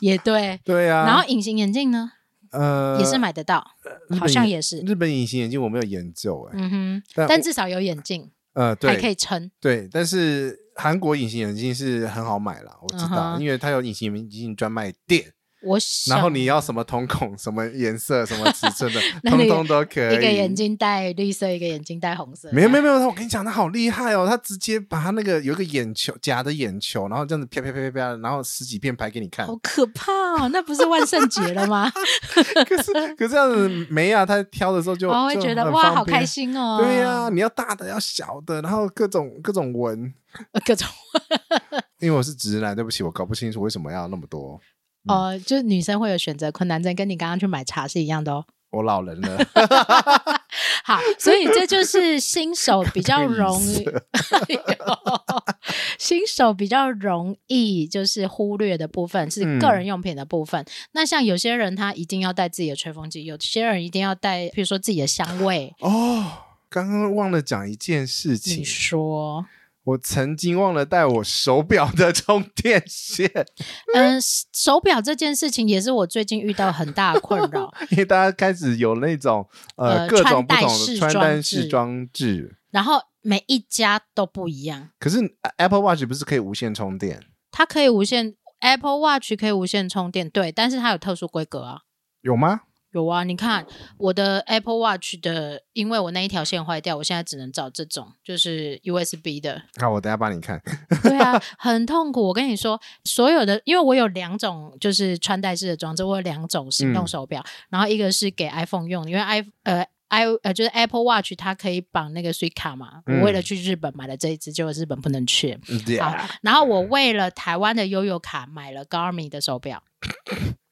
B: 也对。
C: 对呀、啊，
B: 然后隐形眼镜呢，
C: 呃
B: 也是买得到，
C: 日本
B: 好像
C: 眼
B: 也是。
C: 日本隐形眼镜我没有研究哎、
B: 嗯哼，
C: 但
B: 但
C: 我
B: 至少有眼镜，
C: 呃
B: 还可
C: 对
B: 以撑。
C: 对，但是韩国隐形眼镜是很好买啦，我知道
B: 嗯哼
C: 因为它有隐形眼镜专卖店，
B: 我想
C: 然后你要什么瞳孔、什么颜色、什么尺寸的，
B: 啊 那
C: 通
B: 你
C: 通都可以。
B: 一个眼镜戴绿色，一个眼镜戴红色，
C: 没有没有
B: 有，
C: 没有，他我跟你讲，他好厉害哦！他直接把他那个有一个眼球假的眼球，然后这样子啪啪啪啪啪，然后十几片拍给你看。
B: 好可怕哦！那不是万圣节了吗？
C: 可是可是这样子没啊，他挑的时候 就
B: 哦我会
C: 就
B: 觉得
C: 很
B: 哇，
C: 方
B: 好开
C: 便。
B: 心哦。
C: 对呀、你要大的，要小的，然后各种各种纹。
B: 呃 各种
C: 因为我是直男，对不起，我搞不清楚为什么要那么多。嗯
B: 哦，就是女生会有选择困难症，跟你刚刚去买茶是一样的哦。
C: 我老人 了，
B: 好，所以这就是新手比较容易， 新手比较容易就是忽略的部分是
C: 嗯
B: 个人用品的部分。那像有些人他一定要带自己的吹风机，有些人一定要带，比如说自己的香味。
C: 哦。刚刚忘了讲一件事
B: 你
C: 情，
B: 说，
C: 我曾经忘了带我手表的充电线，
B: 嗯，手表这件事情也是我最近遇到很大的困扰。
C: 因为大家开始有那种呃
B: 呃
C: 各种不
B: 穿戴
C: 同
B: 式
C: 的穿戴
B: 装
C: 式
B: 置
C: 装置。
B: 然后每一家都不一样，
C: 可是呃 Apple Watch 不是可以无线充电？
B: 它可以无线 Apple Watch 可以无线充电，对，但是它有特殊规格啊。
C: 有吗？
B: 有啊，你看我的 Apple Watch 的，因为我那一条线坏掉，我现在只能找这种，就是 USB 的。
C: 好，我等一下帮你看。
B: 对 啊，很痛苦。我跟你说，所有的，因为我有两种，就是穿戴式的装置，我有两种行动
C: 嗯
B: 手表，然后一个是给 iPhone 用，因为 i 呃 i 呃就是 Apple Watch 它可以绑那个 s u i c a 嘛。我为了
C: 嗯
B: 去日本买了这一只，结果日本不能去。
C: Yeah
B: 然后我为了台湾的悠悠卡买了 Garmin 的手表，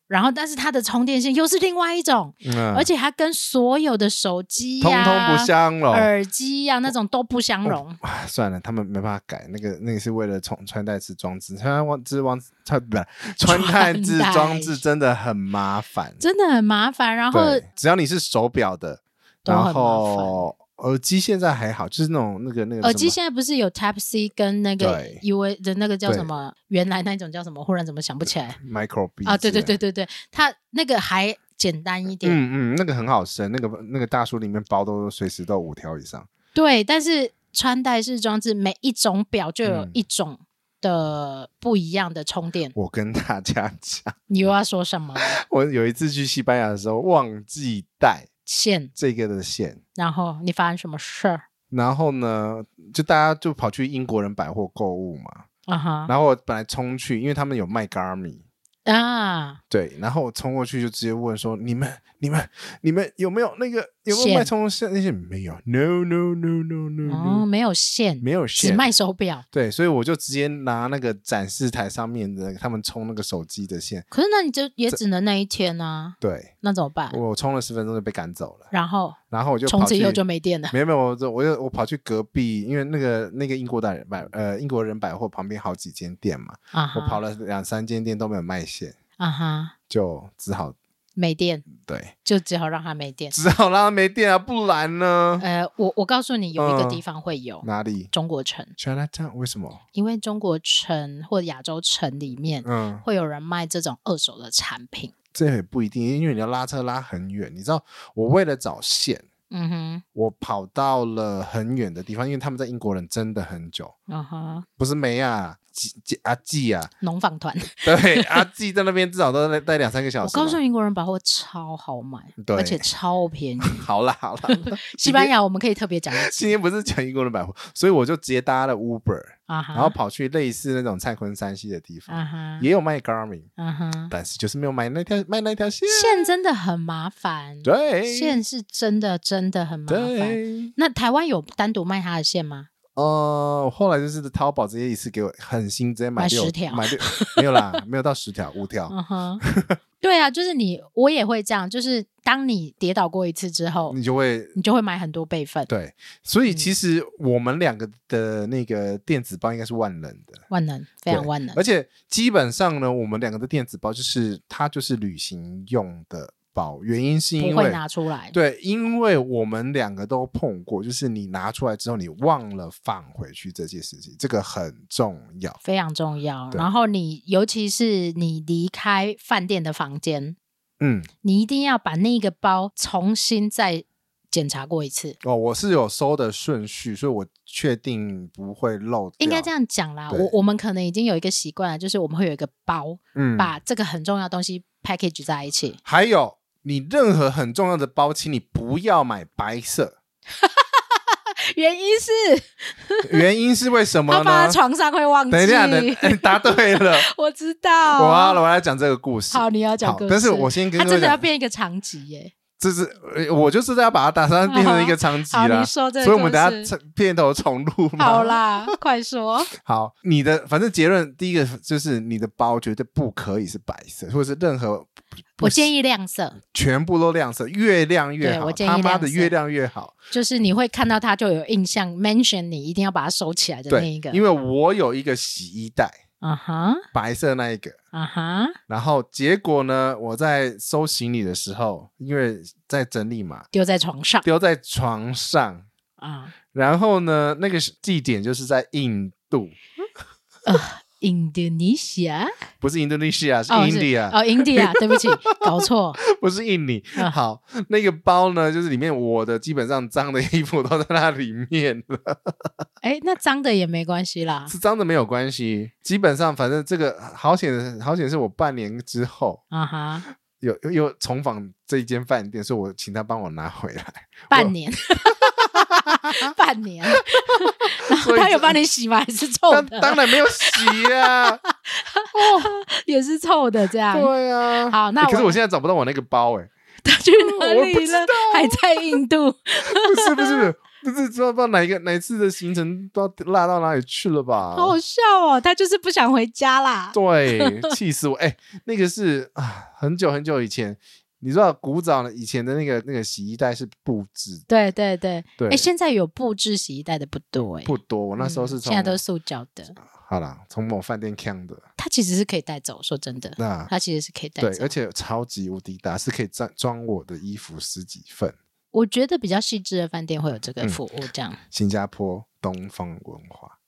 B: 然后但是它的充电线又是另外一种，
C: 嗯
B: 而且啊它跟所有的手机
C: 通
B: 呀、
C: 通不相容。
B: 耳机呀、那种都不相容。
C: 啊算了，他们没办法改，那个那个是为了穿穿戴式装置，穿戴式装置穿不是穿戴式装置真的很麻烦。
B: 真的很麻烦，然后
C: 对，只要你是手表的，
B: 都很麻
C: 然
B: 烦
C: 后耳机现在还好，就是那种那个那个
B: 耳机
C: 什
B: 现在不是有 Type C 跟那个
C: 对
B: U A 的那个叫
C: 对
B: 什么？原来那一种叫什么？忽然怎么想不起来
C: 么 micro B
B: 啊？对对对。对对，它那个还简单一点，
C: 嗯嗯，那个很好升，那个那个大叔里面包都随时都有五条以上，
B: 对，但是穿戴式装置每一种表就有
C: 嗯
B: 一种的不一样的充电。
C: 我跟大家讲，
B: 你又要说什么
C: 我有一次去西班牙的时候忘记带
B: 线？
C: 这个的线，
B: 然后你发生什么事儿？
C: 然后呢，就大家就跑去英国人百货购物嘛，
B: 啊哈
C: 然后我本来冲去，因为他们有卖 Garmi，
B: 啊！
C: 对，然后我冲过去就直接问说：“你们、你们、你们有没有那个有没有
B: 线
C: 脉冲线？那些没有，no no no no no
B: 哦，
C: no，、
B: 没有线，
C: 没有
B: 只
C: 线。
B: 卖手表。
C: 对，所以我就直接拿那个展示台上面的他们充那个手机的线，
B: 可是那你就也只能那一天啊，
C: 对
B: 那怎么办？
C: 我充了十分钟就被赶走了。
B: 然后
C: 然后我就
B: 从
C: 跑
B: 此
C: 去
B: 以后就没电了。
C: 没有没有，我就我就我跑去隔壁，因为那个那个英国的百呃英国人百货旁边好几间店嘛，
B: 啊哈，
C: 我跑了两三间店都没有卖线，
B: 啊哈，
C: 就只好
B: 没电
C: 对。
B: 就只好让它没电。
C: 只好让他没电啊，不然呢？
B: 呃，我我告诉你，有一个
C: 嗯
B: 地方会有、
C: 哪里
B: 中国城，
C: ？China Town 为什么？
B: 因为中国城或亚洲城里面
C: 嗯，
B: 会有人卖这种二手的产品。
C: 这也不一定，因为你要拉车拉很远。你知道，我为了找线，
B: 嗯哼，
C: 我跑到了很远的地方，因为他们在英国人真的很久，
B: 啊哈，
C: 不是梅啊，季季阿季啊，
B: 农访团，
C: 对，阿季在那边至少都待待两三个小
B: 我
C: 时吧。
B: 告诉英国人百货超好买，
C: 对
B: 而且 超便宜。
C: 好啦好啦，
B: 西班牙我们可以特别讲一次
C: 今天不是讲英国人百货，所以我就直接搭了 Uber，
B: 啊哈，
C: 然后跑去类似那种蔡坤山西的地
B: 啊
C: 方，
B: 哈，
C: 也有卖 Garmin，
B: 啊哈，
C: 但是就是没有买那条卖那条线。
B: 线真的很麻烦，
C: 对，
B: 线是真的真的很麻烦。
C: 对，
B: 那台湾有单独卖它的线吗？
C: 呃，后来就是淘宝直接一次给我狠心，直接买
B: 买
C: 六
B: 10条
C: 买六没有啦，没有到十条，五 条，
B: 嗯哼，对啊，就是你，我也会这样，就是当你跌倒过一次之后，
C: 你就会
B: 你就会买很多备份，
C: 对。所以
B: 嗯
C: 其实我们两个的那个电子包应该是万能的，
B: 万能，非常万能
C: 而。且基本上呢，我们两个的电子包就是它就是旅行用的包，原因是因
B: 不会
C: 为。
B: 拿出来，
C: 对，因为我们两个都碰过，就是你拿出来之后，你忘了放回去这件事情，这个很重要。
B: 非常重要。
C: 对
B: 然后你，尤其是你离开饭店的房间，
C: 嗯，
B: 你一定要把那个包重新再检查过一次。
C: 哦，我是有收的顺序，所以我确定不会漏掉。
B: 应该这，样讲啦，
C: 啊对
B: 我我们可能已经有一个习惯了，就是我们会有一个包，
C: 嗯
B: 把这个很重要的东西 package 在一起。
C: 还有，你任何很重要的包，请你不要买白色，
B: 原因 是
C: 原因是为什么
B: 他放在
C: 呢？
B: 床上会忘记。
C: 等一下，等答对了，
B: 我知道。
C: 我要我要讲这个故事。
B: 好，你要讲
C: 好
B: 故事。
C: 但是我先跟
B: 他
C: 各位
B: 真的要
C: 讲，
B: 变一个长集耶。
C: 这是呃我就是要把它打算变成一个长集
B: 好，
C: 啦
B: 你。说这个故事。
C: 所以我们等下片头重录嘛。
B: 好，啦，快说。
C: 好，你的反正结论第一个就是你的包绝对不可以是白色，或者是任何
B: 我
C: 议。
B: 建议亮色，
C: 全部都亮色，越亮越
B: 对
C: 好。
B: 我建议
C: 他妈的
B: 亮色
C: 越亮越好。
B: 就是你会看到它就有印象，mention 你一定要把它收起来的那
C: 对
B: 一个，。
C: 因为我有一个洗衣袋，
B: 啊哈
C: 白色那一个。
B: 啊哈，
C: 然后结果呢，我在收行李的时候，因为在整理嘛，
B: 丢在床上
C: 丢在床上。
B: 啊。
C: 然后呢，那个地点就是在印度，
B: Indonesia
C: 不是印度尼西亚，是
B: 哦
C: 印
B: 是
C: 度啊，
B: 哦，India，对不起，搞错。
C: 不是印尼。
B: 啊
C: 好，那个包呢，就是里面我的基本上脏的衣服都在那里面
B: 啊
C: 了。
B: 哎，那脏的也没关系啦。
C: 是脏的没有关系，基本上反正这个好险，好险是我半年之后
B: 啊哈，
C: 有有有重访这一间饭店，所以我请他帮我拿回来，
B: 半年， 半 年，然后
C: 所以
B: 他有
C: 这
B: 帮你洗吗？还是臭
C: 当
B: 的？
C: 当然没有洗啊，
B: 也是臭的这样。
C: 对啊。
B: 好那
C: 欸可是
B: 我
C: 我现在找不到我那个包哎、
B: 他去哪
C: 我不
B: 里
C: 知
B: 了？还在印度。
C: 不是不是不是，不是知道不知道哪一个哪一次的行程都要落到哪里去了吧？
B: 好好笑哦，他就是不想回家啦。
C: 对，气死我！哎、那个是啊，很久很久以前，你知道古早的以前的那个那个洗衣袋是布制，
B: 对对对，
C: 对，
B: 哎，现在有布置洗衣袋的不多哎，
C: 不多。我那时候
B: 嗯
C: 是从、啊
B: 现在都是塑胶的，
C: 好啦，从某饭店抢的，
B: 它其实是可以带走。说真的，
C: 那
B: 它其实是可以带
C: 对，
B: 走
C: 而。且超级无敌大，是可以装装我的衣服十几份。
B: 我觉得比较细致的饭店会有这个
C: 嗯
B: 服务，这样
C: 新加坡东方文化，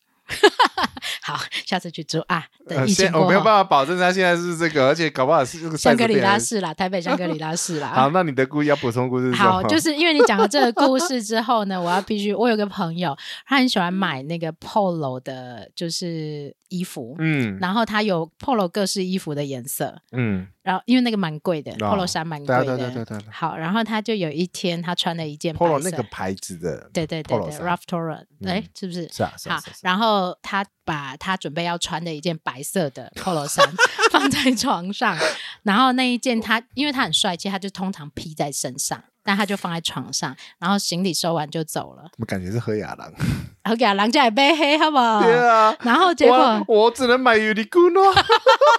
B: 好，下次去住啊。
C: 呃，
B: 等疫情
C: 现在
B: 过
C: 我没有
B: 后，
C: 办法保证它现在是这个，而且搞不好是这个
B: 香
C: size
B: 格里拉
C: 变
B: 市啦，台北香格里拉 市啦。
C: 好，那你的故要补充故事是什么
B: 好，就是因为你讲了这个故事之后呢，我要必须，我有个朋友，他很喜欢买那个 polo 的，就是衣服，
C: 嗯
B: 然后他有 polo 各式衣服的颜色，
C: 嗯，
B: 然后因为那个蛮贵的、
C: 啊
B: p o l o 衫蛮
C: 对
B: 贵
C: 啊
B: 的，
C: 对啊对啊对啊对啊对啊
B: 好，然后他就有一天他穿了一件
C: ，Polo
B: 白色
C: 那个牌子的，
B: 对对对
C: polo
B: 对
C: 衫
B: ，Ralph t o r a
C: 嗯
B: 哎、是不是？
C: 是啊是啊
B: 好
C: 是啊，是啊，
B: 然后他把他准备要穿的一件白色的 polo 衫放在床上，然后那一件他因为他很帅气，他就通常披在身上，但他就放在床上，然后行李收完就走了，
C: 怎么感觉是喝雅郎？
B: 然后给他狼家也背黑，好不 好？
C: 对啊，
B: 然后哦结
C: 我
B: 果，
C: 我只能买尤尼库诺，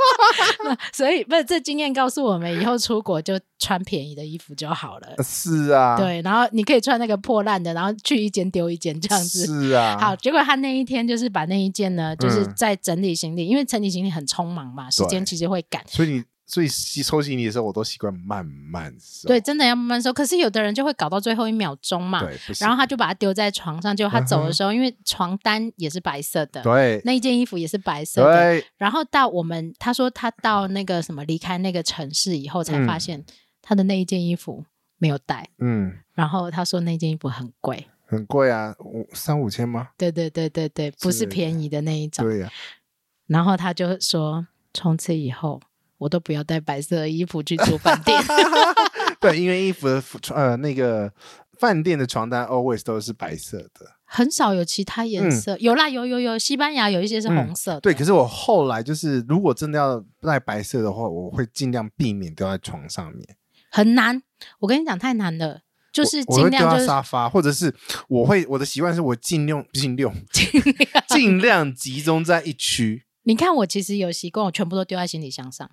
B: 所以不是这经验告诉我们，以后出国就穿便宜的衣服就好了。
C: 是啊，，
B: 对，然后你可以穿那个破烂的，然后去一间丢一间这样子。
C: 是啊，
B: 好，，结果他那一天就是把那一件呢，就是
C: 嗯
B: 在整理行李，因为整理行李很匆忙嘛，时间
C: 对
B: 其实会赶。
C: 所以你所以吸收行李的时候，我都习惯慢慢收，
B: 对，真的要慢慢收。可是有的人就会搞到最后一秒钟嘛，
C: 对，不行
B: 然后他就把它丢在床上。结果他走的时候，因为床单也是白色的，
C: 对
B: 那一件衣服也是白色的。
C: 对，
B: 然后到我们，他说他到那个什么离开那个城市以后，才
C: 嗯
B: 发现他的那一件衣服没有带。
C: 嗯，
B: 然后他说那件衣服很贵，
C: 很贵啊，五三五千吗？
B: 对对对对对，不
C: 是
B: 是便宜的那一种。
C: 对呀，
B: 然后他就说，从此以后我都不要带白色的衣服去住饭 店。
C: 对，因为衣服的服呃那个饭店的床单 always 都是白色的，
B: 很少有其他颜色，有啦，有有有，西班牙有一些是红色的。
C: 嗯对。可是我后来就是，如果真的要带白色的话，我会尽量避免丢在床上面。
B: 很难。我跟你讲，太难了，就是
C: 我会
B: 尽
C: 丢
B: 量
C: 到
B: 就是
C: 沙发，或者是我会我的习惯是我尽量尽量尽量集中在一区。
B: 你看我其实有习惯，我全部都丢在行李箱上，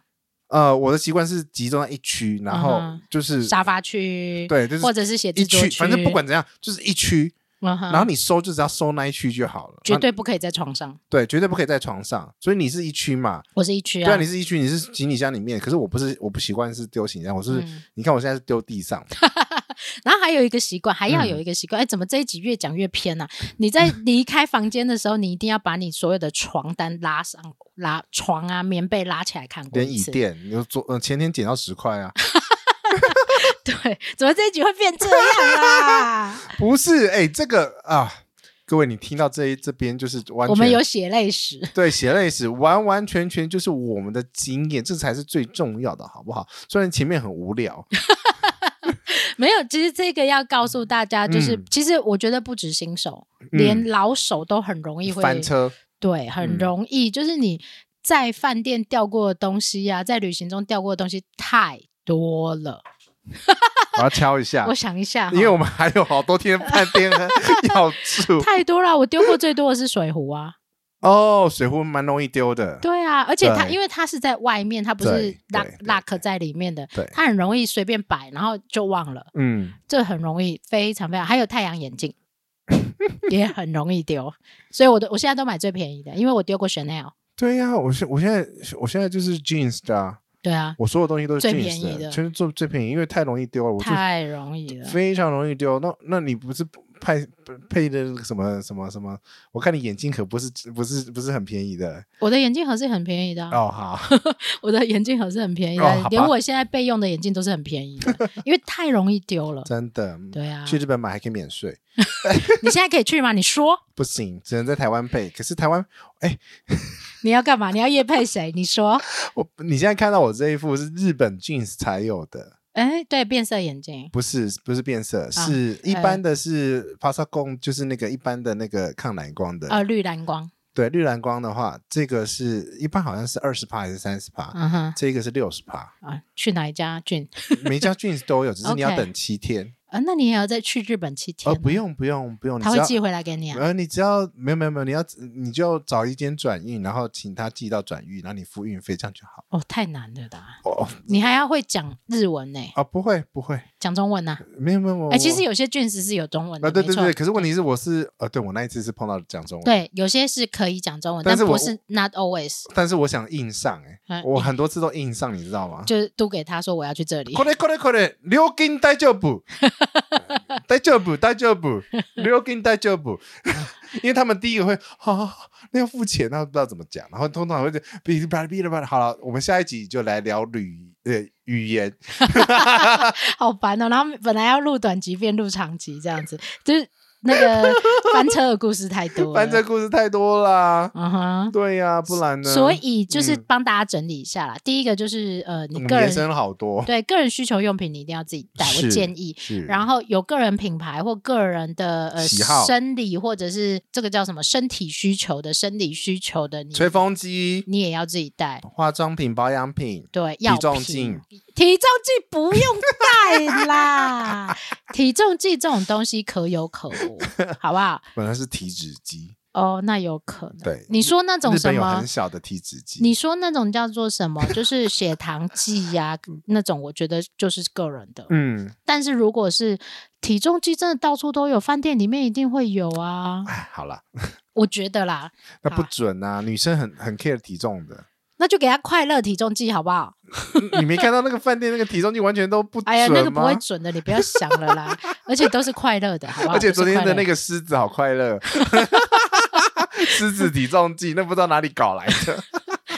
C: 呃，我的习惯是集中在一区，然后
B: 嗯哼
C: 就是
B: 沙发区，
C: 对就是
B: 或者是写
C: 一
B: 字桌
C: 区，反正不管怎样就是一区，
B: 嗯哼
C: 然后你收就只要收那一区就好了。
B: 绝
C: 那
B: 对不可以在床上，
C: 对，绝对不可以在床上。所以你是一区嘛？
B: 我是一区
C: 对啊，你是一区，你是行李箱里面。可是我不是，我不习惯是丢行李箱，我是、
B: 嗯
C: 你看我现在是丢地 上。
B: 然后还有一个习惯，还要
C: 嗯
B: 有一个习惯，哎、怎么这一集越讲越偏 啊？你在离开房间的时候，你一定要把你所有的床单拉上拉床啊、棉被拉起来看过
C: 连
B: 一
C: 椅
B: 次。
C: 垫，你就昨呃前天捡到十块啊？
B: 对，怎么这一集会变这 样啊？
C: 不是，哎、这个啊，各位你听到这一这边就是完全
B: 我们有血泪史。
C: 对，血泪史完完全全就是我们的经验，这才是最重要的，好不好？虽然前面很无聊，嗯
B: 没有，其实这个要告诉大家，就是、
C: 嗯
B: 其实我觉得不止新手，
C: 嗯
B: 连老手都很容易会
C: 翻，车，
B: 对，很
C: 嗯
B: 容易，就是你在饭店掉过的东西呀、在旅行中掉过的东西太多了。
C: 我要敲一下
B: 我，想一下 哈，
C: 因为我们还有好多天 饭店要住
B: 太多了，我丢过最多的是水壶啊。
C: 哦，水壶蛮容易丢的，
B: 对啊，而且它
C: 对
B: 因为它是在外面，它不是
C: 对
B: 拉
C: 对对
B: 拉克在里面的
C: 对，
B: 它很容易随便摆，然后就忘了，
C: 嗯，
B: 这很容易，非常非常。还有太阳 眼镜也很容易丢，所以我都我现在都买最便宜的，因为我丢过 Chanel。
C: 对呀、我现我现在我现在就是 jeans 的、啊，
B: 对啊，
C: 我所有东西都是
B: 最
C: jeans
B: 便宜的
C: 全是做最便宜，因为太容易丢了，我就
B: 太容易了。
C: 非常容易丢。那那你不是派配的那个什么什么什么？我看你眼镜可不是不是不是很便宜的
B: 我的眼镜盒是很便宜的啊、
C: 哦，好。
B: 我的眼镜盒是很便宜的，啊
C: 哦好吧
B: 连我现在备用的眼镜都是很便宜的，因为太容易丢了。
C: 真的，嗯
B: 对啊，
C: 去日本买还可以免税，
B: 你现在可以去吗？你说
C: 不行，只能在台湾配。可是台湾，
B: 你要干嘛？你要夜配谁？你说，
C: 我你现在看到我这一副是日本 jeans 才有的，
B: 哎，对，变色眼镜，
C: 不是不是变
B: 啊
C: 色，是一
B: 哎
C: 般的是 p a s a c o n 就是那个一般的那个抗蓝光的。
B: 呃，绿蓝光，
C: 对，绿蓝光的话，这个是一般好像是二十帕还是三十帕，
B: 嗯哼，
C: 这个是六十帕。
B: 啊，去哪一家俊？
C: 每一家 jeans 都有，只是你要
B: OK
C: 等七天。
B: 呃，那你也要再去日本七天
C: 哦，
B: 啊？
C: 不用不用不用，你
B: 他
C: 只
B: 会
C: 要
B: 寄回来给你啊？
C: 呃，你只要没有没有没有，你要你就找一间转运，然后请他寄到转运，然后你付运费，这样就好。
B: 哦，太难了啦！
C: 哦
B: 你还要会讲日文呢、
C: 哦，不会不会，
B: 讲中文呐、
C: 没有没有没有。
B: 哎、其实
C: 有
B: 有些卷子是有中文
C: 哦
B: 的，
C: 啊，对
B: 没
C: 对
B: 错
C: 对，可是问题是我是呃，对我那一次是碰到讲中文，，
B: 对，有些是可以讲中文，
C: 但
B: 但
C: 是我
B: 不是 not always。
C: 但是我想硬上哎、
B: 嗯
C: 我很多次都硬上，你知道吗？
B: 就是都给他说我要去这里
C: こ，れこれこれ料金大丈 夫，大丈夫大丈夫，料金大丈夫， 因为他们第一个会啊，那要付钱，那不知道怎么讲，然后通常会就哔哩吧啦哔哩吧啦。好了，我们下一集就来聊旅呃语言，
B: 好烦哦。然后本来要录短集变录长集这样子，就是那 个翻车的故事太多了。
C: 反正故事太多啦。
B: 嗯哼。
C: 对呀、不然呢？
B: 所以就是
C: 嗯
B: 帮大家整理一下啦。第一个就是呃，
C: 我
B: 你
C: 们
B: 个
C: 延
B: 人
C: 伸了好多，
B: 对个人需求用品你一定要自己带，
C: 是
B: 我建议。
C: 是，
B: 然后有个人品牌或个人的呃
C: 喜好
B: 生理或者是这个叫什么身体需求的生理需求的你，
C: 吹风机、
B: 你也要自己带。
C: 化妆品、保养品，
B: 对，药
C: 重
B: 品
C: 计
B: 体重计不用带啦，体重计这种东西可有可 无，好不好？
C: 本来是体脂机，
B: 哦，那有可能。
C: 对
B: 你说那种
C: 日
B: 什
C: 本有
B: 么
C: 很？小的体脂机。
B: 你说那种叫做什么？就是血糖计呀、那种我觉得就是个人的。
C: 嗯，
B: 但是如果是体重计，真的到处都有，饭店里面一定会有啊。
C: 哎，好了。
B: 我觉得啦，
C: 那不
B: 啊
C: 准啊！女生很很 care 体重的，
B: 那就给他快乐体重计好不好？
C: 你没看到那个饭店那个体重计完全都不准吗？
B: 哎呀，那个不会准的，你不要想了啦。而且都是快乐的，好啊不好？
C: 而且昨天的那
B: 个
C: 个狮子好快 乐，狮子体重计那不知道哪里搞来的。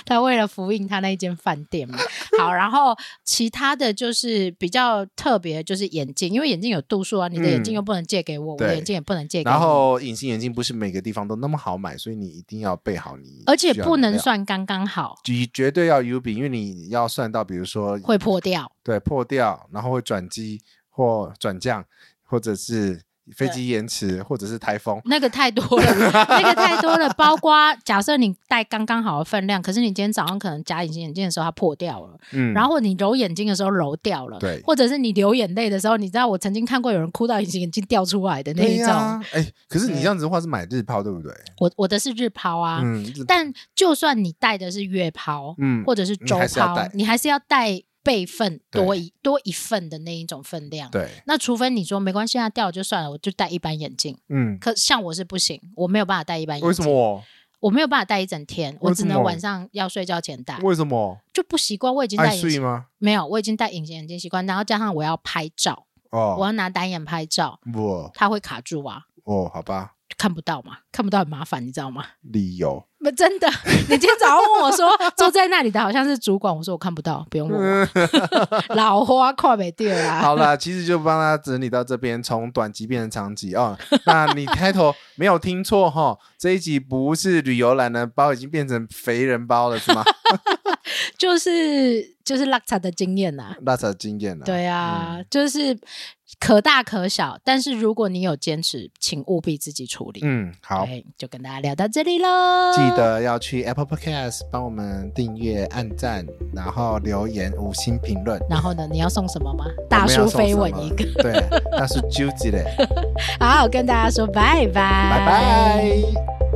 B: 他为了复印他那一间饭店嘛。好，然后其他的就是比较特别，就是眼镜，因为眼镜有度数啊，你的眼镜
C: 嗯
B: 又不能借给我，我
C: 对
B: 的眼镜也不能借给你。
C: 然后隐形眼镜不是每个地方都那么好买，所以你一定要备好你，
B: 而且不能，算刚刚好，
C: 你绝对要 U 比，因为你要算到，比如说
B: 会破掉。
C: 对破掉，然后会转机或转降，或者是飞机延迟，或者是台风。
B: 那个太多了，那个太多了。包括假设你戴刚刚好的分量，可是你今天早上可能夹隐形眼镜的时候它破掉了，
C: 嗯，
B: 然后你揉眼睛的时候揉掉了，
C: 对
B: 或者是你流眼泪的时候，你知道我曾经看过有人哭到隐形眼镜掉出来的那
C: 对
B: 一种。
C: 呀，哎，可是你
B: 对
C: 这样子的话是买日抛对不对？
B: 我我的是日抛啊，
C: 嗯，日
B: 但就算你戴的是月抛、
C: 嗯，
B: 或者是周
C: 你还是要
B: 抛
C: 戴，
B: 你还是要带备份多
C: 对
B: 一多一份的那一种分量。
C: 对，
B: 那除非你说没关系啊，掉了就算了，我就戴一般眼镜。
C: 嗯，
B: 可像我是不行，我没有办法戴一般眼镜。
C: 为什么？
B: 我没有办法戴一整天，我
C: 为
B: 只
C: 什
B: 能
C: 么
B: 晚上要睡觉前戴，
C: 为什么？
B: 就不习惯。我已经戴
C: 爱
B: 隐
C: 睡
B: 形，
C: 吗？
B: 没有，我已经戴隐形眼镜习惯，然后加上我要拍照，我
C: 哦，
B: 要拿单眼拍照，
C: 不，
B: 它会卡住啊，
C: 哦，好吧，
B: 就看不到嘛，看不到很麻烦，你知道吗？
C: 理由。
B: 不，真的，你今天早上问我 说坐在那里的好像是主管，我说我看不到，不用问 我，老花看没掉啦。
C: 好啦，其实就帮他整理到这边，从短集变成长集哦。那你开头 没有听错哈，这一集不是旅游懒人包，已经变成肥人包了是吗？
B: 就是就是拉差的经验啊呐、
C: 那才经验了。
B: 对啊，
C: 嗯
B: 就是可大可小，但是如果你有坚持，请务必自己处理。
C: 嗯，好。
B: 对，就跟大家聊到这里喽。
C: 记得要去 Apple Podcast 帮我们订阅、按赞，然后留言五星评论。
B: 然后呢，你要送什么吗？大叔飞吻一个。
C: 个，对，那是 Judy 嘞，
B: 好，跟大家说拜拜，
C: 拜拜。